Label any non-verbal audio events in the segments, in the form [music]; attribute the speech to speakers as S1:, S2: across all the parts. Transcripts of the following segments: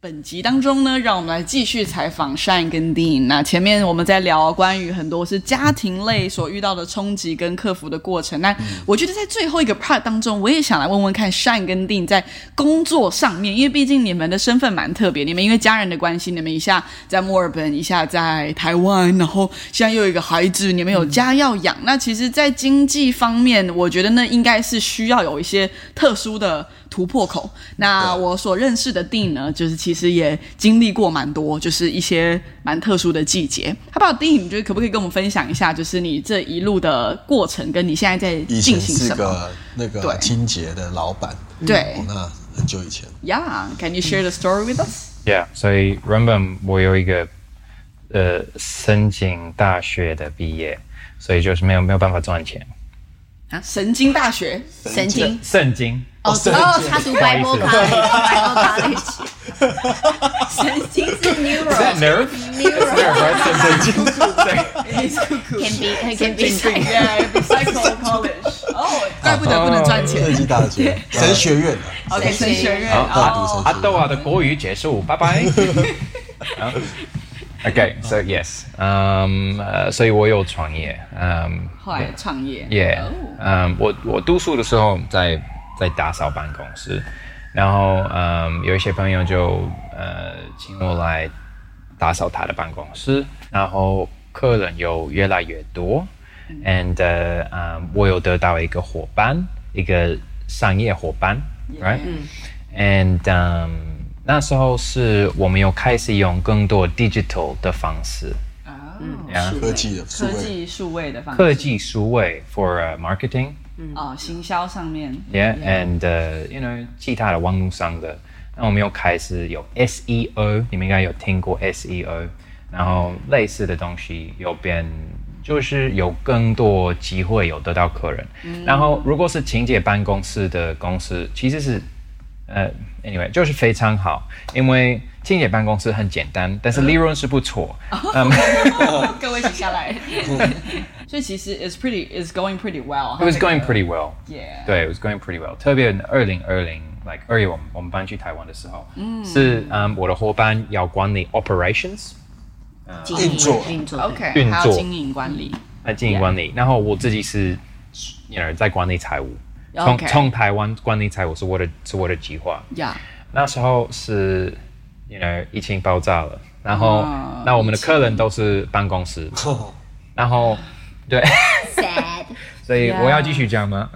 S1: 本集当中呢，让我们来继续采访 Shine 跟 Dean。那前面我们在聊关于很多是家庭类所遇到的冲击跟克服的过程。那我觉得在最后一个 part 当中，我也想来问问看 Shine 跟 Dean 在工作上面，因为毕竟你们的身份蛮特别，你们因为家人的关系，你们一下在墨尔本，一下在台湾，然后现在又有一个孩子，你们有家要养。那其实，在经济方面，我觉得那应该是需要有一些特殊的突破口。那我所认识的 Dean 呢，就是其实也经历过蛮多，就是一些蛮特殊的季节。好不好？Dean，你觉得可不可以跟我们分享一下，就是你这一路的过程，跟你现在在
S2: 以
S1: 进
S2: 前
S1: 行
S2: 是
S1: 什么？
S2: 个那个
S1: 对
S2: 清洁的老板，
S1: 对
S2: 哦那很久以前，
S1: ，Yeah，Can you share the story with us？
S3: Yeah，所以原本我有一个呃申请大学的毕业，所以就是没有没有办法赚钱。
S1: 啊，神经大学
S2: 哦
S4: 神经
S3: 圣经
S4: 哦哦，他读 Bible
S3: 不
S4: College，Bible College，神经是 neural
S3: nerve
S4: neural
S3: 圣经
S4: can
S3: [laughs]
S4: be can be
S3: 啊
S4: psych-
S1: ，Yeah，Psycho College。哦，怪不得不能赚钱哦
S2: 科。技大学 [laughs] 神学院的，
S1: OK，神学院。
S2: 大读
S1: 哦
S2: 神
S3: 阿
S2: 学
S3: 豆
S2: 院。
S3: 啊的国语结束，拜 [laughs] 拜。OK，so、yes，嗯、呃所以我有创业，嗯、
S1: 后来创业。
S3: 耶
S1: 哦，
S3: 嗯，我我读书的时候在在打扫办公室，然后嗯，有一些朋友就呃请我来打扫他的办公室，然后客人有越来越多，and 呃嗯，我有得到一个伙伴，一个商业伙伴，right？and 嗯，那时候是我们有开始用更多 digital 的方式，
S1: 哦，数位
S2: 科技的数
S1: 科
S2: 位
S1: 技数位的方式，
S3: 科技数位 for、uh, marketing。
S1: 啊，行销上面
S3: Yeah, and uh, you know 其他的网络上的，那我们又开始有 SEO，你们应该有听过 SEO，然后类似的东西有变，就是有更多机会有得到客人。然后如果是情节办公室的公司，其实是呃，anyway 就是非常好，因为清洁办公室很简单，但是利润是不错。嗯
S1: [laughs] 各位请下来。所以其实 is pretty is going pretty well.
S3: It was going pretty well.
S1: Yeah.
S3: 对，it was going pretty well. 特别二零二零，like 二月我们我们搬去台湾的时候，是嗯我的伙伴要管理 operations，
S4: 经
S2: 运作
S4: 营运作
S1: OK，
S3: 运作
S1: 还有经营管理。
S3: 来经营管理。然后我自己是，you know 在管理财务。从
S1: OK
S3: 从台湾管理财务是我的是我的计划。
S1: Yeah， [laughs]
S3: 那时候是，you know 疫情爆炸了，然后
S1: 啊
S3: 那我们的客人都是办公室，然后对，
S4: sad，
S3: 所以我要继续讲吗？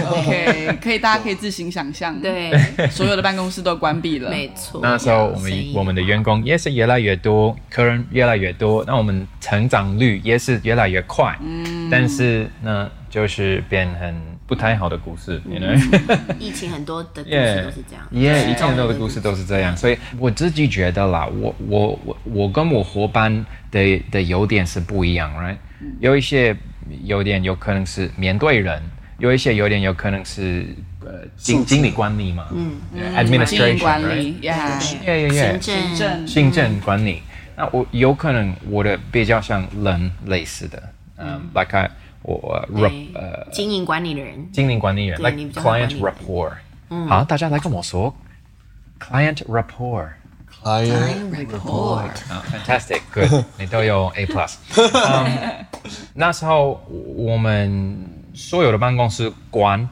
S1: OK，可以，大家可以自行想象。，
S4: 对，
S1: 所有的办公室都关闭了。
S4: 没错。
S3: 那时候我们
S4: 生意
S3: 我们的员工也是越来越多，客人越来越多，那我们成长率也是越来越快。嗯，但是呢，就是变很不太好的故事，
S1: 嗯
S3: 因为
S1: [laughs]
S4: 疫情很多的故事
S3: Yeah，
S4: 都是这样。
S3: 耶，以前很多的故事都是这样，所以我自己觉得啦，我我我我跟我伙伴的的优点是不一样，right？有一
S1: 嗯
S3: 些优点有可能是面对人，有一些优点有可能是呃经经理管理嘛，嗯
S1: 经营
S3: ，administration
S1: 管
S3: right？
S1: 理，Yeah，
S3: 耶耶耶
S4: 行，政
S1: 正
S3: 行政管理。那我有可能我的比较像人类似的，嗯，like I 我呃 rep 呃
S4: 对经营管理的人
S3: 经理管理人
S4: 对
S3: ，like
S4: 你比较像管
S3: client
S4: 理人嗯
S3: rapport。好，大家来跟我说，client rapport。
S2: client
S1: report。
S4: [laughs]
S3: 啊，fantastic，good，你都有 A plus。嗯
S4: [laughs]
S3: 那时候我们所有的办公室关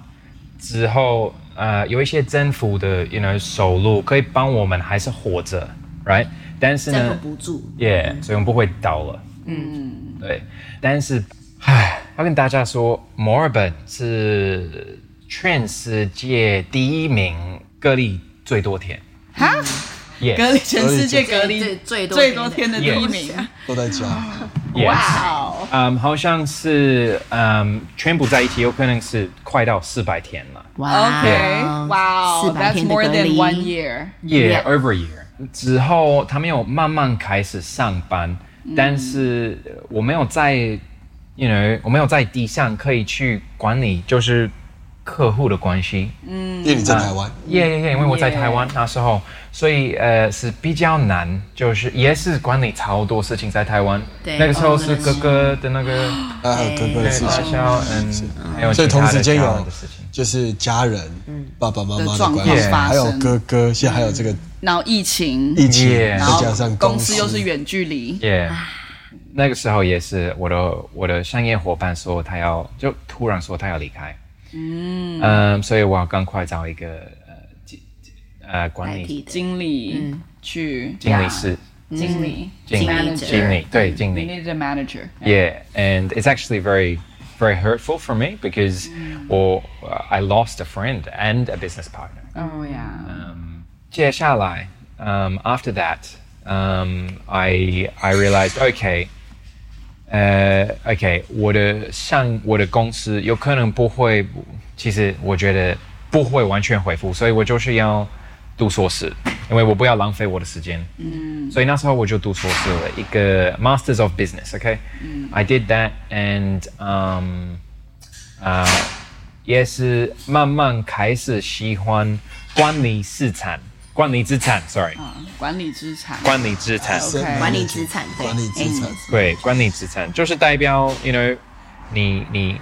S3: 之后，呃，有一些政府的 you know 收入可以帮我们还是活着，right？但是
S4: 政
S3: 呢
S4: 府，补助，
S3: 耶所以我们不会倒了。嗯，对。但是，唉，要跟大家说，墨尔本是全世界第一名隔离最多天。
S1: 哈，
S3: 耶
S1: 隔离全世界隔
S4: 最
S1: 离
S4: 最多
S1: 最多天的第一
S3: Yes
S1: 名。
S2: 都在家，
S3: 哇！
S1: 哇哦，
S3: 嗯，好像是嗯，全部在一起，有可能是快到四百天了。
S4: 哇哦
S1: OK，哇哦
S4: 四百
S1: ，That's
S4: 天的
S1: more
S4: 隔
S1: than
S4: 离
S1: one year。
S3: Yeah, over a year。之后他们有慢慢开始上班，但是我没有在，you know，我没有在地上可以去管理，就是客户的关系，
S1: 嗯
S2: 因为你在台湾，
S3: 耶耶嗯耶！因为我在台湾那时候，所以呃是比较难，就是也是管理超多事情在台湾。
S4: 对
S3: 那个时候
S4: 哦
S3: 是哥哥的那哦个
S2: 啊，还有哥哥的
S3: 对
S2: 事
S3: 发
S1: 哎
S2: 情，
S3: 销，嗯，还有
S2: 所以
S3: 其
S2: 同
S3: 他
S2: 时
S3: 的
S2: 间
S3: 家人
S2: 有
S3: 的事情。
S2: 就是家人、爸爸妈
S1: 嗯
S2: 妈
S1: 的
S2: 的
S1: 状
S2: 关
S1: 况
S2: 系，
S1: 发
S2: 还有
S1: 生
S2: 哥哥，现在还有这个
S1: 然后疫情，
S2: 疫情，
S3: Yeah
S2: 再
S1: 然后
S2: 加上
S1: 公
S2: 司
S1: 司又是远距离，
S3: 耶、那个时候也是我的我的商业伙伴说他要就突然说他要离开，嗯所以我要赶快找一个呃经呃管
S4: 代替
S3: 理
S4: 的
S1: 经理去
S3: 经理室
S1: 嗯经理
S3: 经理
S4: 者
S3: 经理对经理
S1: You need a manager.
S3: Yeah, and it's actually very, very hurtful for me because, or uh, I lost a friend and a business partner.
S1: Oh yeah.
S3: Jia Shalai, um, after that, um, I I realized okay. 呃、o k 我的像我的公司有可能不会，其实我觉得不会完全恢复，所以我就是要读硕士，因为我不要浪费我的时间。嗯，所以那时候我就读硕士了，一个 Masters of Business，OK，、I did that and um 啊、也是慢慢开始喜欢管理市场、管理资产，sorry，、
S1: 嗯管理资产，
S3: 嗯管理资产。
S1: OK
S4: 管理资产对嗯
S2: 管理资产，
S3: 对，管理资产就是代表，you know，你你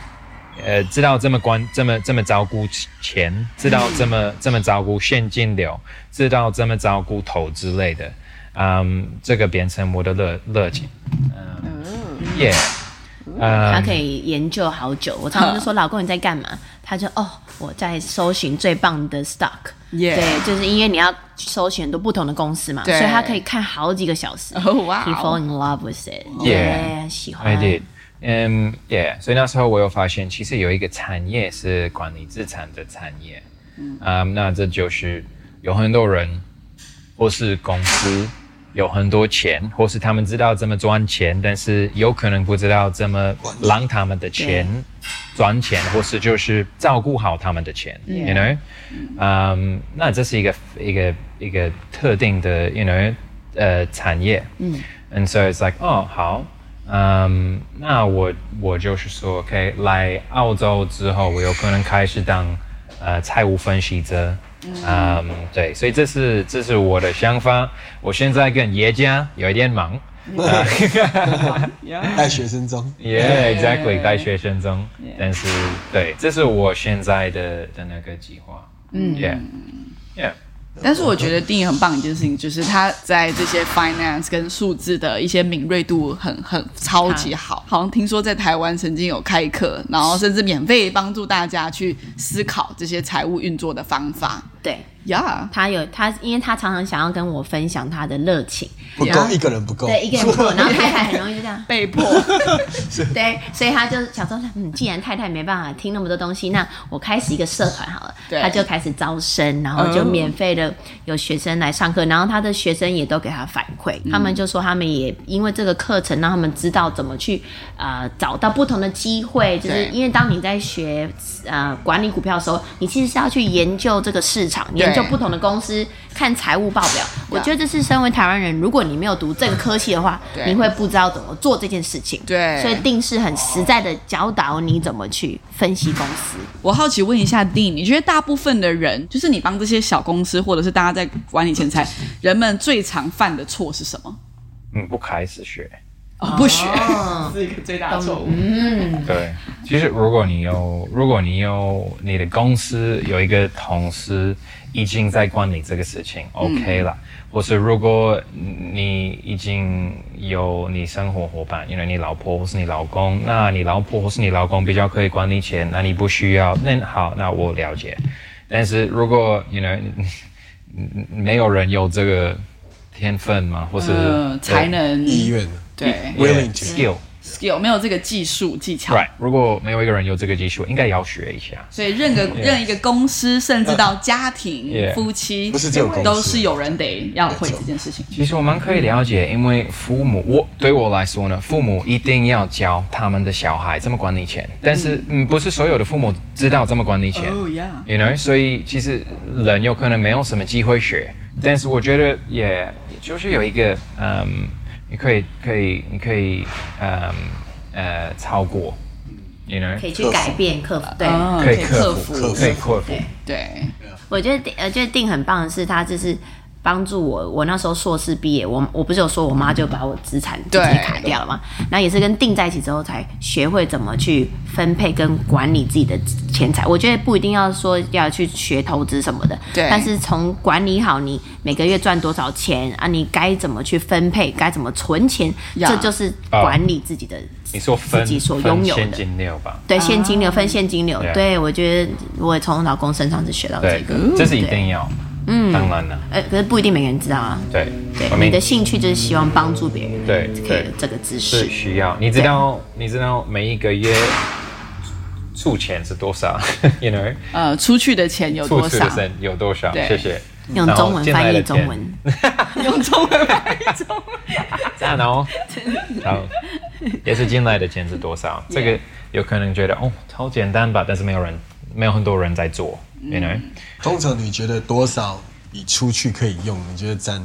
S3: 呃知道这么管这么这么照顾钱，知道这么这么照顾现金流，知道这么照顾投资类的，嗯，这个变成我的热热情，嗯，yeah，呃
S1: 嗯
S4: 他可以研究好久。我常常就说：“老公，你在干嘛？”他就：“哦，我在搜寻最棒的 stock。”
S1: Yeah
S4: 对，就是因为你要搜寻很多不同的公司嘛，所
S1: 对
S4: 以他可以看好几个小时。
S1: Oh, wow
S4: He fall in love with it.
S3: Yeah
S4: 喜欢。
S3: I did. 嗯、yeah，所以那时候我有发现，其实有一个产业是管理资产的产业。嗯、那这就是有很多人或是公司有很多钱，或是他们知道怎么赚钱，但是有可能不知道怎么让他们的钱赚钱，或是就是照顾好他们的钱，you know，嗯、那这是一个一个一个特定的，you know，呃，产业，嗯，and so it's like，哦，好。嗯、那我我就是说，OK，来澳洲之后，我有可能开始当呃财务分析者，嗯，对，所以这是这是我的想法。我现在跟爷家有一点忙
S2: 带哎学生装，
S3: ，Yeah，exactly，带学生中但是对，这是我现在的的那个计划，嗯，Yeah，Yeah，
S1: 但是我觉得定义很棒一件事情，就是他在这些 finance 跟数字的一些敏锐度很很超级好。好像听说在台湾曾经有开课，然后甚至免费帮助大家去思考这些财务运作的方法。
S4: 对
S1: Yeah，
S4: 他有他，因为他常常想要跟我分享他的热情，
S2: 不够一个人不够，
S4: 对一个人不够，然
S2: [laughs]
S4: 后太太很容易就这样。
S1: 被迫
S4: 对，所以他就想说，嗯，既然太太没办法听那么多东西，那我开始一个社团好了。
S1: 对嗯
S4: 他就开始招生，然后就免费的有学生来上课，然后他的学生也都给他反馈，他
S1: 嗯
S4: 们就说他们也因为这个课程，让他们知道怎么去呃找到不同的机会，就
S1: 对
S4: 是因为当你在学呃管理股票的时候，你其实是要去研究这个市场，研究不同的公司，看财务报表。我觉得这是身为台湾人，如果你没有读这个科系的话
S1: 对，
S4: 你会不知道怎么做这件事情。
S1: 对
S4: 所以定是很实在的教导你怎么去分析公司。
S1: 我好奇问一下 Dean，你觉得大部分的人，就是你帮这些小公司或者是大家在管理钱财，人们最常犯的错是什么？
S3: 嗯，不开始学，
S1: 哦、不学、
S4: 哦
S1: 是一个最大的错误。
S3: 对，其实如果你有，如果你有你的公司有一个同事已经在管理这个事
S1: 嗯
S3: 情、o k 了。或是如果你已经有你生活伙伴，因为你老婆或是你老公，那你老婆或是你老公比较可以管理钱，那你不需要。那好，那我了解。但是如果 you know 没有人有这个天分嘛，或是、
S1: 呃，才能
S2: 意愿
S1: 对
S2: willing to
S3: skill。
S1: skill 没有这个技术技巧
S3: Right，如果没有一个人有这个技术，应该也要学一下。
S1: 所以任个任一个公司，甚至到家庭、
S3: Yeah
S1: 夫妻，
S2: 不是只有公司
S1: 都是有人得要会这件事情。
S3: 其实我们可以了解，因为父母，我对我来说呢，父母一定要教他们的小孩怎么管理钱，但是嗯，不是所有的父母知道怎么管理钱。
S4: 哦
S1: Oh yeah，
S3: you know，所以其实人有可能没有什么机会学，但是我觉得也就是有一个嗯，你可以可以你可以嗯呃超过 you know，
S4: 可以去改变客服。对，
S1: 啊
S3: 可以
S1: 克
S3: 克
S1: 服，
S2: 克服
S3: 可以克服
S4: 对。
S1: 对，
S4: 我觉得定呃，觉得定很棒的是，他就是帮助我。我那时候硕士毕业，我我不是有说我妈就把我资产自己
S1: 对
S4: 卡掉了嘛？那也是跟定在一起之后，才学会怎么去分配跟管理自己的钱财。我觉得不一定要说要去学投资什么的，
S1: 对
S4: 但是从管理好你每个月赚多少钱啊，你该怎么去分配，该怎么存钱，
S1: 呀
S4: 这就是管理自己的。
S3: 哦你说分
S4: 自己所
S3: 分
S4: 拥有
S3: 现
S4: 的
S3: 金流吧？
S4: 对现金流分现金流，
S3: 对
S4: 对我觉得我也从老公身上是学哦到这
S3: 对
S4: 个，，
S3: 这是一定要。嗯，当然了，
S4: 呃，可是不一定每个人知道啊。
S3: 对，
S4: 对
S3: I，mean，
S4: 你的兴趣就是希望帮助别人，
S3: 对
S4: 可以
S3: 对
S4: 有这个知识
S3: 是，需要。你知道，你知道每一个月出钱是多少 [laughs] ？You know，
S1: 呃，出去的钱有
S3: 付
S1: 多
S3: 出
S1: 少
S3: 的？钱有多少？
S1: 对
S3: 谢谢。
S4: 用
S3: 然后
S4: 中文
S3: 进来
S4: 翻译
S3: 的
S4: 中
S3: 钱
S4: 文，
S1: 用中文翻译中文。
S3: 赞
S4: [laughs]
S3: 哦。好，也是进来的钱是多少？这个有可能觉得哦，超简单吧，但是没有人，没有很多人在做，you know。
S4: 嗯
S2: 通常你觉得多少你出去可以用？你觉得占？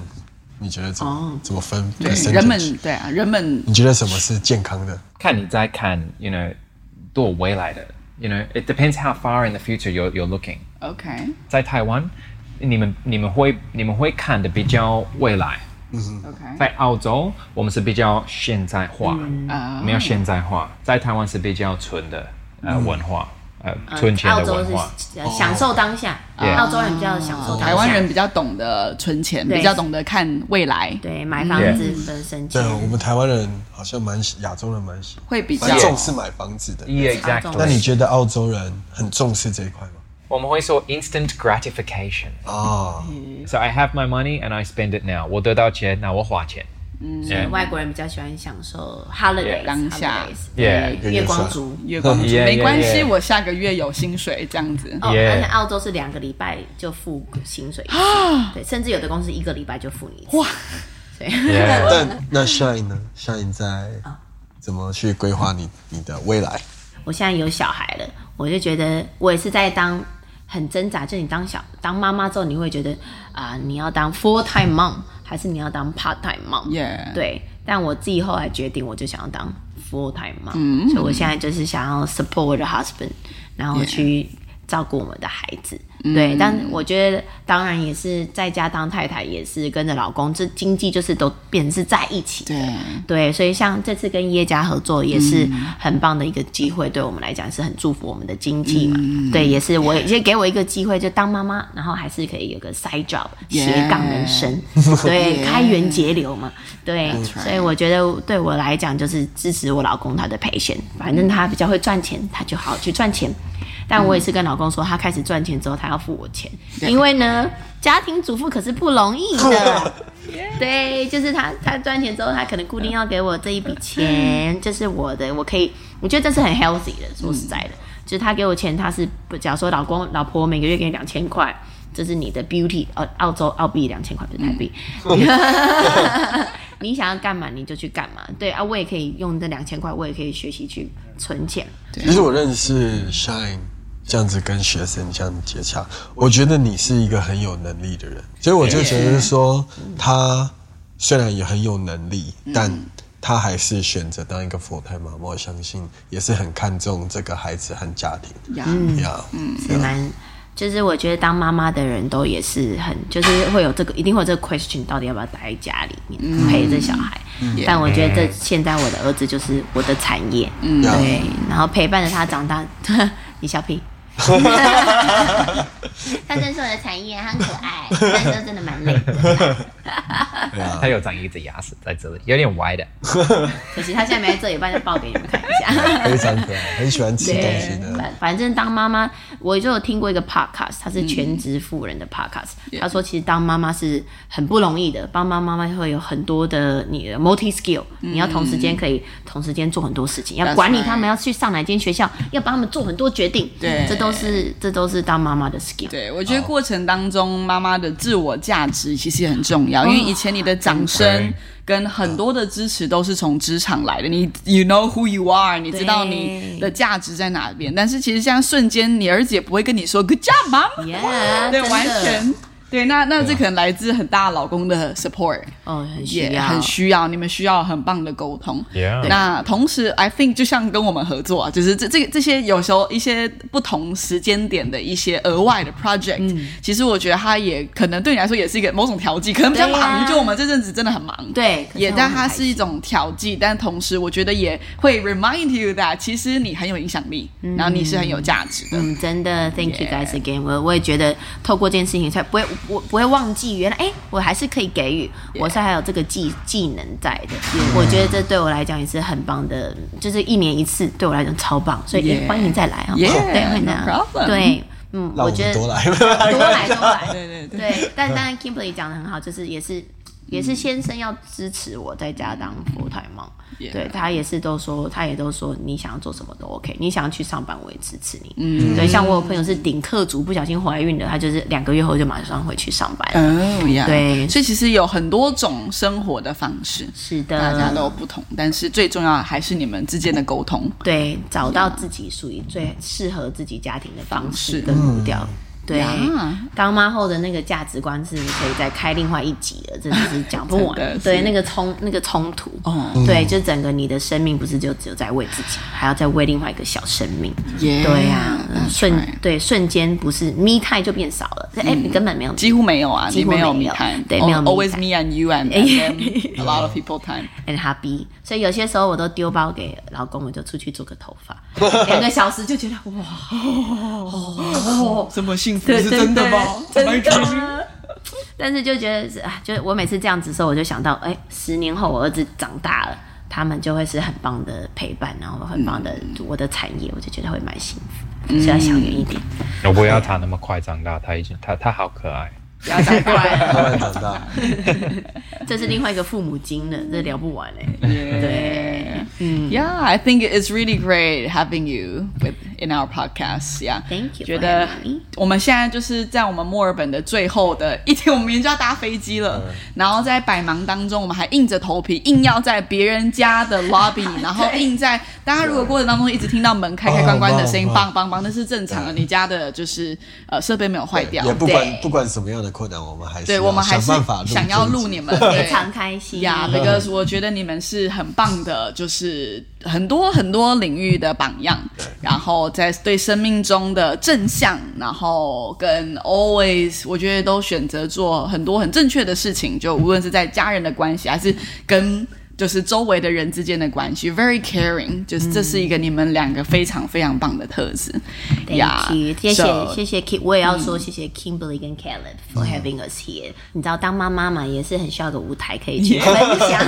S2: 你觉得怎么怎么分？
S1: 哦对，人们对啊，人们
S2: 你觉得什么是健康的？
S3: 看你在看，you know，多未来的，you know，it depends how far in the future you're you're looking。
S1: OK，
S3: 在台湾，你们你们会你们会看的比较未来。
S1: OK，
S3: 在澳洲，我们是比较现在化，
S1: 啊
S3: 没有现在化。在台湾是比较纯的呃文化，呃
S4: 呃
S3: 存钱
S4: 澳
S3: 的
S4: 洲
S3: 文
S4: 是
S3: 化。哦
S4: 呃享受当下，呃
S3: Yeah
S4: 澳洲人比较享受当下，
S1: 台湾人比较懂得存钱，
S4: 对
S1: 比较懂得看未来，
S4: 对买房子本身
S2: 对
S4: 钱，
S2: 我们台湾人好像蛮喜亚洲人蛮喜
S1: 会比较
S2: 蛮重视买房子
S1: 嗯
S2: 的。
S3: Yeah,
S4: 澳
S3: exactly.
S4: 洲
S2: 那你觉得澳洲人很重视这一块吗？
S3: 我们会说 instant gratification.
S1: 嗯
S2: 啊，
S3: So I have my money and I spend it now. 我得到钱，那我花钱。嗯
S4: 对外国人比较喜欢享受 holidays，
S1: 当下
S4: holidays，
S3: Yeah.
S4: 月光族。
S1: 月光族
S2: 嗯
S3: Yeah, yeah,
S1: 没关系，
S3: yeah
S1: 我下个月有薪水这样子。
S4: 哦，
S3: Yeah
S4: 而且澳洲是两个礼拜就付薪水一次，对，甚至有的公司一个礼拜就付你一次。哇，对，
S3: Yeah.
S2: 但那 Shine 呢？Shine 在
S1: 啊
S2: 怎么去规划你你的未来？
S4: 我现在有小孩了，我就觉得我也是在当很挣扎，就你当小当妈妈之后，你会觉得啊、你要当 full time mom 还是你要当 part time mom？、
S1: Yeah
S4: 对，但我自己后来决定，我就想要当 full time mom，、所以我现在就是想要 support 我的 husband，然后去照顾我们的孩子。对，但我觉得当然也是在家当太太，也是跟着老公，这经济就是都变成是在一起的。
S1: 对，
S4: 对，所以像这次跟耶加合作也是很棒的一个机会，对我们来讲是很祝福我们的经济嘛。对，也是我也给我一个机会，就当妈妈，然后还是可以有个 side job 斜杠人生，对，开源节流嘛。对，所以我觉得对我来讲就是支持我老公他的赔钱，反正他比较会赚钱，他就好好去赚钱。但我也是跟老公说，他开始赚钱之后，他要付我钱，因为呢，家庭主妇可是不容易的。对，就是他，他赚钱之后，他可能固定要给我这一笔钱，这是我的，我可以，我觉得这是很 healthy 的。说实在的，就是他给我钱，他是不，假如说老公老婆每个月给你两千块，这是你的 beauty，澳澳洲澳币两千块不是台币， [laughs] 你想要干嘛你就去干嘛。对啊，我也可以用这两千块，我也可以学习去存钱。
S2: 其实我认识 Shine 这样子跟学生这样接洽，我觉得你是一个很有能力的人，所以我就觉得说他虽然也很有能力，
S1: 嗯
S2: 但他还是选择当一个佛太妈妈，我相信也是很看重这个孩子和家庭
S1: 呀
S2: 呀。嗯，
S4: 是啊蛮，就是我觉得当妈妈的人都也是很，就是会有这个，一定会有这个 question，到底要不要待在家里面、陪着小孩？但我觉得这现在我的儿子就是我的产业，嗯，
S2: 呀
S4: 对，然后陪伴着他长大， [laughs] 你笑 [laughs] 屁。他真是我的产业，他很可 [laughs] 爱，但是真的蛮累的。
S3: 他有长一只牙齿在这里，有点歪的。
S4: 可惜他现在没在这里，不然就报给你们看一下。
S2: 非常可爱，很喜欢吃
S4: 对，
S2: 东西的。
S4: 反反正当妈妈，我就有听过一个 podcast，他是
S1: 嗯
S4: 全职妇人的 podcast，、他说其实当妈妈是很不容易的，帮妈妈妈会有很多的你的 multi skill，、你要同时间可以同时间做很多事情，要
S1: 嗯 That's
S4: 管理他们，
S1: right
S4: 要去上哪间学校，要帮他们做很多决定，
S1: 对
S4: 这都是这都是当妈妈的 skill。
S1: 对，我觉得过程当中，妈妈的自我价值其实也很重
S4: 哦
S1: 要，因为以前你的掌声跟很多的支持都是从职场来的，你 you know who you are，你知道你的价值在哪边。但是其实现在瞬间，你儿子也不会跟你说 good job mom，
S4: Yeah，
S1: 对，
S4: 啊真的
S1: 完全对，那那这可能来自很大老公的 support，
S4: 哦，很需
S1: 也
S4: 要，
S1: 很需要，你们需要很棒的沟通。
S3: Yeah
S1: 那同时，I think 就像跟我们合作啊，就是这这这些有时候一些不同时间点的一些额外的 project，、其
S4: 嗯
S1: 实我觉得它也可能对你来说也是一个某种调剂，可能比较忙。
S4: 对啊
S1: 就我们这阵子真的很忙，
S4: 对可是
S1: 也
S4: 我
S1: 但
S4: 很
S1: 它
S4: 开
S1: 是一种调剂，但同时我觉得也会 remind you that 其实你很有影响力，然后你是很有价值的。
S4: 嗯，真的，Thank you guys again。我我也觉得透过这件事情，才不会我不会忘记，原来哎、我还是可以给予，我是还有这个技技能在的。我觉得这对我来讲也是很棒的，就是一年一次，对我来讲超棒。所以、
S1: Yeah
S4: 哎欢迎再来啊
S1: Yeah，
S4: 对，欢迎再
S1: no
S4: 来。
S1: problem
S4: 对，嗯，
S2: 让
S4: 我
S2: 我
S4: 觉
S2: 们
S4: 得
S1: [laughs]
S2: 多来，
S4: 多来多来，
S1: 对对对
S4: 对，但当然 Kimberly 讲的很好，就是也是也
S1: 嗯
S4: 是先生要支持我在家当 full time mom，
S1: Yeah
S4: 对他也是都说，他也都说你想要做什么都 OK，你想要去上班我也支持你。嗯，对，像我有朋友是顶客族，不小心怀孕了，她就是两个月后就马上回去上班。
S1: 哦呀，
S4: 对
S1: 所以其实有很多种生活的方式，
S4: 是的，
S1: 大家都有不同，但是最重要的还是你们之间的沟通。
S4: 对找到自己属于最适合自己家庭的方
S1: 方式
S4: 式跟步调。
S1: 嗯
S4: 对
S1: 呀，
S4: 当妈后的那个价值观是可以再开另外一集的，真的是讲不
S1: 真的
S4: 完。
S1: 是
S4: 对，那个冲那个冲突，
S1: 哦
S4: 对，就整个你的生命不是就只有在为自己，还要再为另外一个小生命。
S1: Yeah，
S4: 对呀、
S1: that's
S4: 瞬
S1: right
S4: 对瞬间不是 me time 就变少了，哎、你根本没有
S1: 嗯几乎没有啊，
S4: 几
S1: 你
S4: 乎没
S1: 没
S4: 有
S1: 有 me time，哦
S4: 对没有 me
S1: always
S4: time
S1: me and you and and
S4: [laughs]
S1: them, a lot of people time。
S4: and happy，所以哎有些时候我都丢包给老公，我就出去做个头发，两个小时就觉得哇，
S1: 哦这么幸福
S4: 对
S1: 是真的吗？
S4: 对对
S1: 蛮 [laughs]
S4: 真
S1: 开心
S4: 的。 [laughs] 但是就觉得是啊，就是我每次这样子的时候，我就想到，哎、十年后我儿子长大了，他们就会是很棒的陪伴，然后很棒的我的产业，我就觉得会蛮幸福，
S1: 嗯
S4: 所以要想远一点。
S3: 我哦不 [laughs] 要他那么快长大，他已经他他好可爱。
S4: 不要太
S1: 啊
S4: 快了，
S2: 慢慢长大。
S4: 这是另外一个父母经了，这聊不完哎、对
S1: Mm. Yeah, I think it's really great having you with in our podcast. Yeah,
S4: Thank you for
S1: 觉得
S4: having me.
S1: 我们现在就是在我们墨尔本的最后的一天，我们明天就要搭飞机了。
S2: 嗯
S1: 然后在百忙当中，我们还硬着头皮，硬要在别人家
S4: [laughs]
S1: 的 lobby，然后硬在大家如果过程当中一直听到门开开关关的声音，
S2: 哦
S1: 梆梆梆，那是正常的。你家的就是呃设备没有坏掉，
S2: 也不
S4: 对
S2: 管不管什么样的困难，我们还是
S1: 对
S2: 要
S1: 我们还是
S2: 想办法录
S1: 想要
S2: 这一
S1: 录
S2: 集
S1: 你们，对
S4: 非。 [laughs] 常开心。
S1: 呀、b e c a u s e 我觉得你们是很棒的，就是很多很多领域的榜样，然后在对生命中的正向，然后跟 always，我觉得都选择做很多很正确的事情，就无论是在家人的关系，还是跟就是周围的人之间的关系，very caring，就是
S4: 嗯
S1: 这是一个你们两个非常非常棒的特质。呀
S4: Thank you，谢谢
S1: so- 嗯
S4: 谢谢 Kim，我也要说谢谢 Kimberly 跟 Caleb for having us here。你知道当妈妈嘛，也是很需要个舞台可以去分
S1: [laughs]
S4: 享。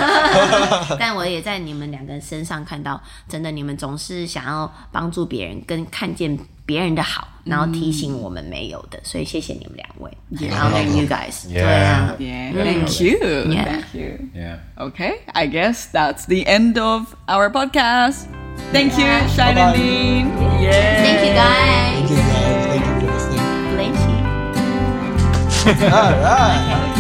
S4: [laughs] 但我也在你们两个人身上看到，真的你们总是想要帮助别人，跟看见别人的好，然后提醒我们没有的，所以谢谢你们两位。然后 you guys，对啊
S1: Yeah, thank you,
S4: Yeah.
S1: thank you.
S3: Yeah.
S1: Okay, I guess that's the end of our podcast. Thank you, Shine and
S2: Bye-bye.
S1: Dean. Yeah.
S4: ，Thank you guys，
S2: Thank you guys. Thank you for listening.
S4: bless you。
S2: All right.